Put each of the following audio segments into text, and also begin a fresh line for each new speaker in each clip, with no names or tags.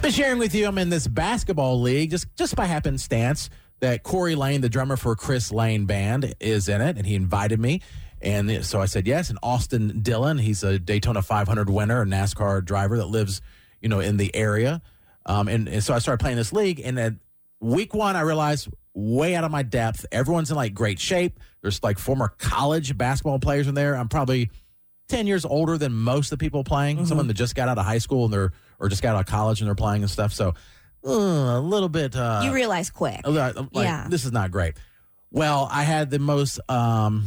Been sharing with you, I'm in this basketball league just just by happenstance that Corey Lane, the drummer for Chris Lane Band, is in it, and he invited me. And so I said yes. And Austin Dillon, he's a Daytona 500 winner, a NASCAR driver that lives, you know, in the area. Um, and, and so I started playing this league. And at week one, I realized way out of my depth. Everyone's in like great shape. There's like former college basketball players in there. I'm probably 10 years older than most of the people playing.
Mm-hmm.
Someone that just got out of high school and they're, or just got out of college and they're playing and stuff. So uh, a little bit. Uh,
you realize quick.
I was like, I'm like,
Yeah.
this is not great. Well, I had the most um,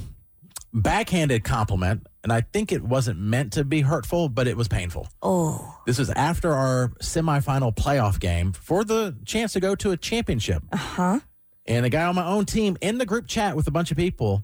backhanded compliment, and I think it wasn't meant to be hurtful, but it was painful.
Oh,
This was after our semifinal playoff game for the chance to go to a championship.
uh huh.
And a guy on my own team in the group chat with a bunch of people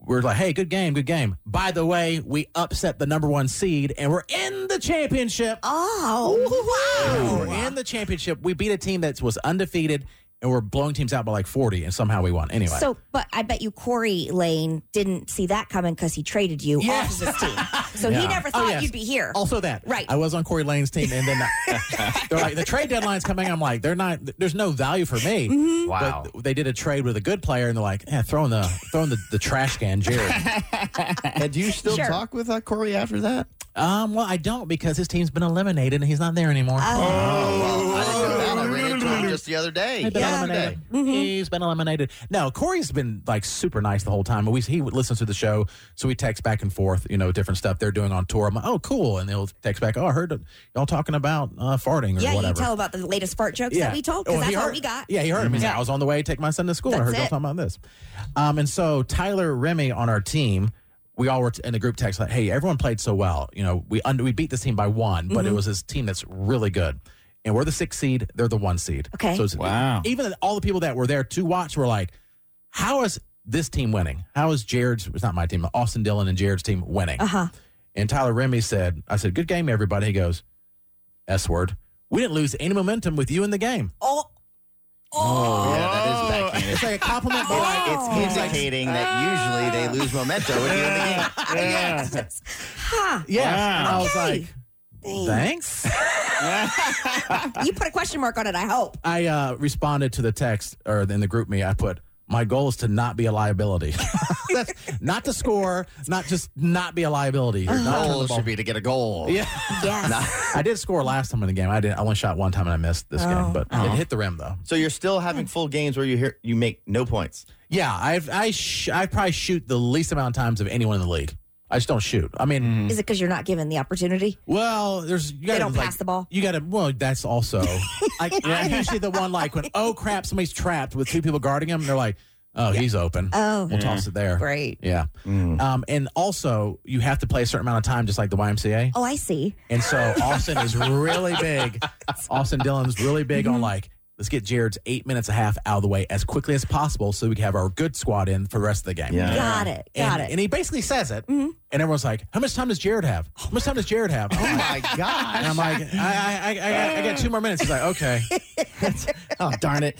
were like, hey, good game, good game. By the way, we upset the number one seed, and we're in the championship.
Oh,
We're in the championship. We beat a team that was undefeated, and we're blowing teams out by like 40, and somehow we won. Anyway.
So, but I bet you Corey Lane didn't see that coming because he traded you
Yes.
off of his team. So he
Yeah.
never
Oh,
thought
yes.
you'd be here.
also that
Right.
I was on Corey Lane's team, and then they're like the trade deadline's coming. I'm like, they're not. There's no value for me.
Mm-hmm.
Wow.
But they did a trade with a good player, and they're like, yeah, throwing the throwing the, the trash can, Jared.
And do you still
Sure.
talk with uh, Corey after that?
um, well, I don't because his team's been eliminated, and he's not there anymore.
Oh, I didn't know that. I ran into him just the other day.
He's been eliminated.
Mm-hmm.
He's been eliminated. No, Corey's been like super nice the whole time. We, he listens to the show, so we text back and forth, you know, different stuff they're doing on tour. I'm like, oh, cool. And they'll text back, oh, I heard y'all talking about uh, farting or
yeah,
whatever.
you tell about the latest fart jokes that we told
Oh,
because
he
that's all
heard-
we got.
Yeah, he heard me. I was on the way to take my son to school. I
That's
heard y'all
it.
talking about this. Um, and so Tyler Remy on our team, we all were t- in a group text like, "Hey, everyone played so well. You know, we under, we beat this team by one,
Mm-hmm.
but it was this team that's really good." And we're the sixth seed; they're the one seed.
Okay.
So it's,
Wow.
Even all the people that were there to watch were like, "How is this team winning? How is Jared's? It's not my team. Austin Dillon and Jared's team winning."
Uh huh.
And Tyler Remy said, I said, good game, everybody. He goes, S word. We didn't lose any momentum with you in the game.
Oh, oh,
Yeah, that is backhanded.
It's like a compliment. but like,
Oh. Ah.
it's, it's like,
indicating that usually they lose memento at the
Oh.
end of the game.
ha!
yes. And I was
Okay.
like, thanks.
You put a question mark on it. I hope.
I uh, responded to the text or in the group me. I put, my goal is to not be a liability. That's not to score, not just not be a liability. Or not turn the
Goal
ball-
should be to get a goal.
Yeah.
Yes.
I did score last time in the game. I did. I only shot one time and I missed this game, but it hit the rim though.
So you're still having full games where you hear you make no points.
Yeah, I've, I sh- I probably shoot the least amount of times of anyone in the league. I just don't shoot. I mean,
Mm-hmm.
Is it because you're not given the opportunity?
well, there's you gotta,
don't
like,
pass the ball?
You got to. Well, that's also like I'm usually the one like when oh crap somebody's trapped with two people guarding him. They're like oh he's open.
Oh.
we'll toss it there.
Great.
Yeah.
Mm.
Um, and also you have to play a certain amount of time, just like the YMCA.
Oh, I see.
And so Austin is really big. Austin Dillon's really big
Mm-hmm.
on like, let's get Jared's eight minutes and a half out of the way as quickly as possible so we can have our good squad in for the rest of the game.
Yeah.
Got it. Got
and,
it. Mm-hmm.
and he basically says it, and everyone's like, "How much time does Jared have? How much time does Jared have?" I'm
Oh
like-
my
and
gosh.
I'm like, I, I, I, I, got- I got two more minutes. He's like, okay,
oh darn it.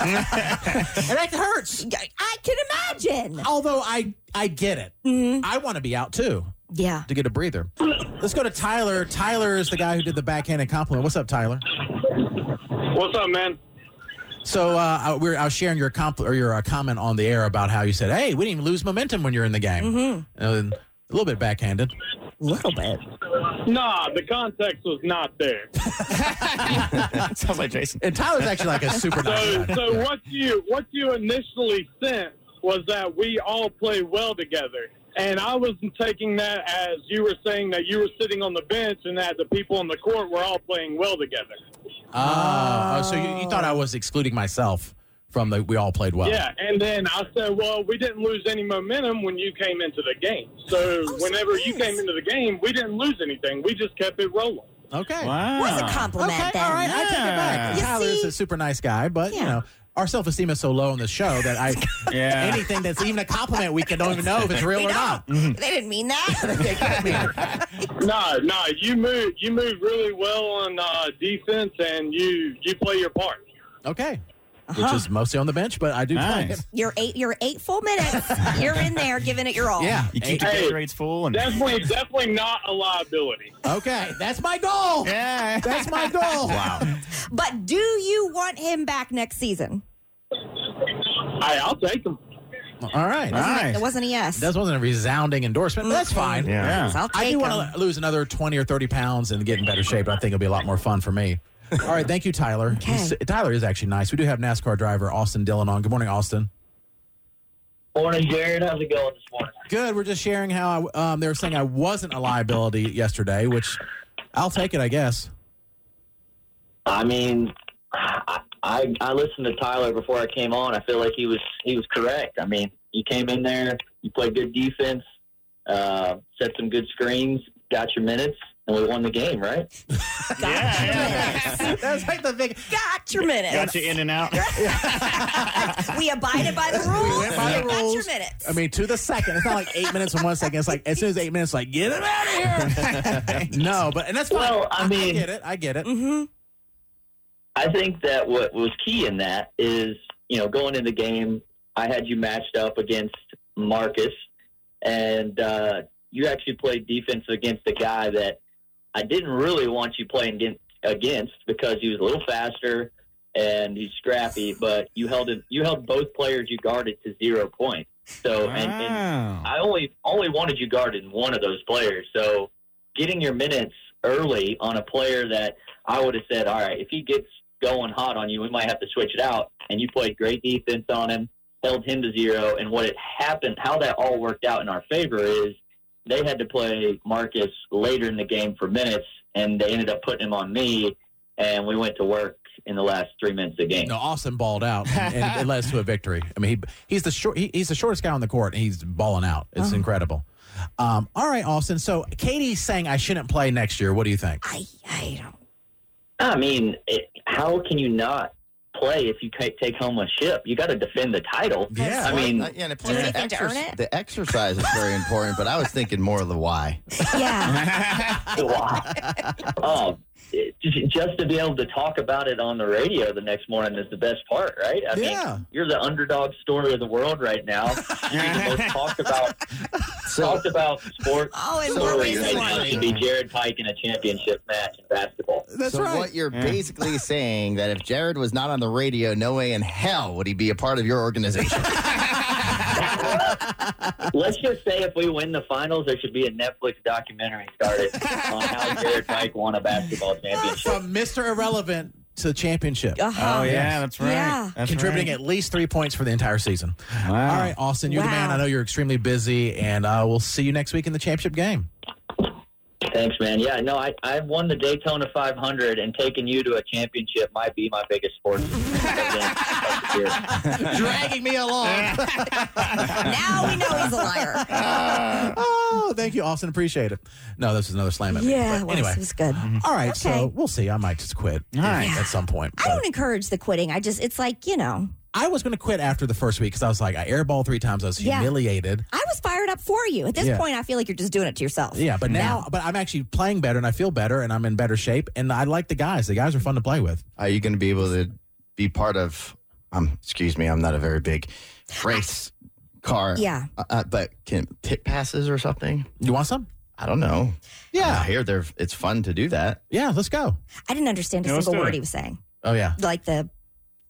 and that hurts.
I can imagine.
Although I, I get it.
Mm-hmm.
I want to be out too
Yeah.
to get a breather. Let's go to Tyler. Tyler is the guy who did the backhanded compliment. What's up, Tyler?
What's up, man?
So uh, I, we were, I was sharing your compl- or your uh, comment on the air about how you said, "Hey, we didn't even lose momentum when you're in the game." And a little bit backhanded.
A Mm-hmm. little bit.
Nah, the context was not there.
Sounds like Jason.
And Tyler's actually like a super
So,
nice guy.
so what you what you initially sent was that we all play well together, and I was taking that as you were saying that you were sitting on the bench and that the people on the court were all playing well together.
Oh, oh, so you, you thought I was excluding myself from the we all played well.
Yeah, and then I said, well, we didn't lose any momentum when you came into the game. So
Oh, so
whenever you
nice.
came into the game, we didn't lose anything. We just kept it rolling.
Okay.
Was a
Okay.
compliment
All right.
then.
I take it back.
You
Tyler's
see?
a super nice guy, but you
Yeah.
know our self esteem is so low on the show that I
Uh,
Yeah.
anything that's even a compliment we can don't even know if it's real
They
or
don't.
not. Mm,
They didn't mean that.
No, no, you move you move really well on uh, defense, and you you play your part.
Okay. which is mostly on the bench, but I do play
Uh-huh. Nice.
it.
You're eight. You're eight full minutes. you're in there giving it your all.
Yeah.
You keep the
Hey.
catch rates full and
Definitely, definitely not a liability.
Okay, that's my goal.
yeah.
That's my goal. wow.
But do you want him back next season?
Hey, I'll take them.
All right.
All right.
It wasn't a yes.
That wasn't a resounding endorsement, but that's fine.
Yeah.
So I'll take
I do
him.
want to lose another 20 or 30 pounds and get in better shape. I think it'll be a lot more fun for me. All right. Thank you, Tyler.
Okay.
He's- Tyler is actually nice. We do have NASCAR driver Austin Dillon on. Good morning, Austin.
Morning, Jared. How's it going this morning?
Good. We're just sharing how I, um, they were saying I wasn't a liability yesterday, which I'll take it, I guess.
I mean, I I, I listened to Tyler before I came on. I feel like he was he was correct. I mean, you came in there, you played good defense, uh, set some good screens, got your minutes, and we won the game, right?
Got
Yeah,
your
yeah.
minutes.
That's like the thing.
Got your minutes.
Got you in and out.
we abided by the rules.
went by the
got your
rules.
minutes.
I mean, to the second. It's not like eight minutes and one second. It's like as soon as eight minutes, like get him out of here. no, but and that's fine.
Well, I
I
mean-
get it. I get it.
mm-hmm.
I think that what was key in that is, you know, going into the game, I had you matched up against Marcus, and uh, you actually played defense against a guy that I didn't really want you playing against, against because he was a little faster and he's scrappy. But you held it, you held both players you guarded to zero points. So and, and
Wow.
I only only wanted you guarded in one of those players. So getting your minutes early on a player that I would have said, all right, if he gets going hot on you, we might have to switch it out. And you played great defense on him, held him to zero. And what it happened, how that all worked out in our favor is they had to play Marcus later in the game for minutes, and they ended up putting him on me, and we went to work in the last three minutes of the game.
No, Austin balled out, and, and it led us to a victory. I mean, he, he's the short, he, he's the shortest guy on the court, and he's balling out. It's
Uh-huh.
Oh.
incredible. Um, all right, Austin. So Katie's saying I shouldn't play next year. What do you think?
I, I don't.
I mean, it, how can you not play if you ca- take home a ship? You got to defend the title.
Yeah.
I mean,
Uh, yeah, and it
Do
plays the,
anything to earn
exerc-
it?
the exercise is very important, but I was thinking more of the why.
Yeah.
oh, it- just, just to be able to talk about it on the radio the next morning is the best part, right? I
Yeah.
mean, you're the underdog story of the world right now. you're the most talked about,
So
talked about sport
Oh, and more
story right
reason
now
why.
should be Jared Pike in a championship match in basketball.
That's
so
right.
what you're
Yeah.
basically saying that if Jared was not on the radio, no way in hell would he be a part of your organization.
Let's just say if we win the finals, there should be a Netflix documentary started on how Jared Pike won a basketball championship.
From Mr. Irrelevant to championship,
Uh-huh.
Oh yeah, that's right.
Yeah.
That's
contributing
right.
at least three points for the entire season.
Wow.
All right, Austin, you're the man.
Wow.
I know you're extremely busy, and uh, we'll see you next week in the championship game.
Thanks, man. Yeah, no, I I won the Daytona 500, and taking you to a championship might be my biggest sports event of the year.
Dragging me along.
Now we know he's a liar.
Oh, thank you, Austin. Appreciate it. No, this is another slam at me. But
yeah. It was,
anyway, Mm-hmm.
it was good.
all right. So
Okay.
we'll see. I might just quit
All right.
at some point.
I
but-
don't encourage the quitting. I just, it's like, you know,
I was going to quit after the first week because I was like, I airballed three times. I was
Yeah.
humiliated.
I was fired up for you. At this
Yeah.
point, I feel like you're just doing it to yourself.
Yeah, but now, but I'm actually playing better and I feel better and I'm in better shape and I like the guys. The guys are fun to play with.
Are you going to be able to be part of? Um, excuse me, I'm not a very big race car.
Yeah.
uh, uh, but can pit passes or something?
You want some?
I don't know. I
Yeah,
hear they're it's fun to do that.
yeah. Let's go.
I didn't understand a
Yeah, let's
single
do
word
it.
he was saying.
Oh yeah.
Like the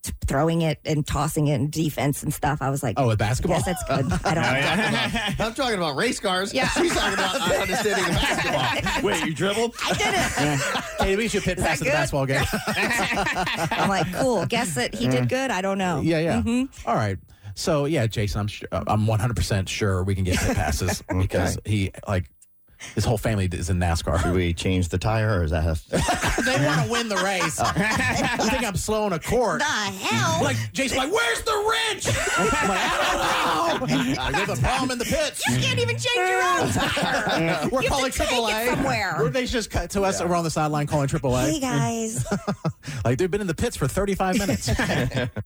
t- throwing it and tossing it and defense and stuff. I was like,
Oh, with basketball.
yes, that's good. I
Oh,
don't
yeah.
I'm talking about race cars.
Yeah.
She's talking about not understanding the basketball.
Wait, you dribbled?
I did it.
Hey, we should pit
that
pass at the
good?
basketball game.
I'm like, cool. Guess that he did good. I don't know.
yeah, yeah.
Mhm.
All right. So yeah, Jason, I'm sure, I'm 100 percent sure we can get pit passes because he like his whole family is in NASCAR.
Do we change the tire or is that?
they want to win the race. Uh, I think I'm slow in a court.
The hell?
Like Jason's like, where's the wrench? I'm like, I don't know. I got the bomb in the pits.
you can't even change your own tire.
We're
You have
calling
to take
triple
it
A.
somewhere.
They just cut to us. We're on the sideline calling triple
Hey
A.
guys.
Like they've been in the pits for 35 minutes.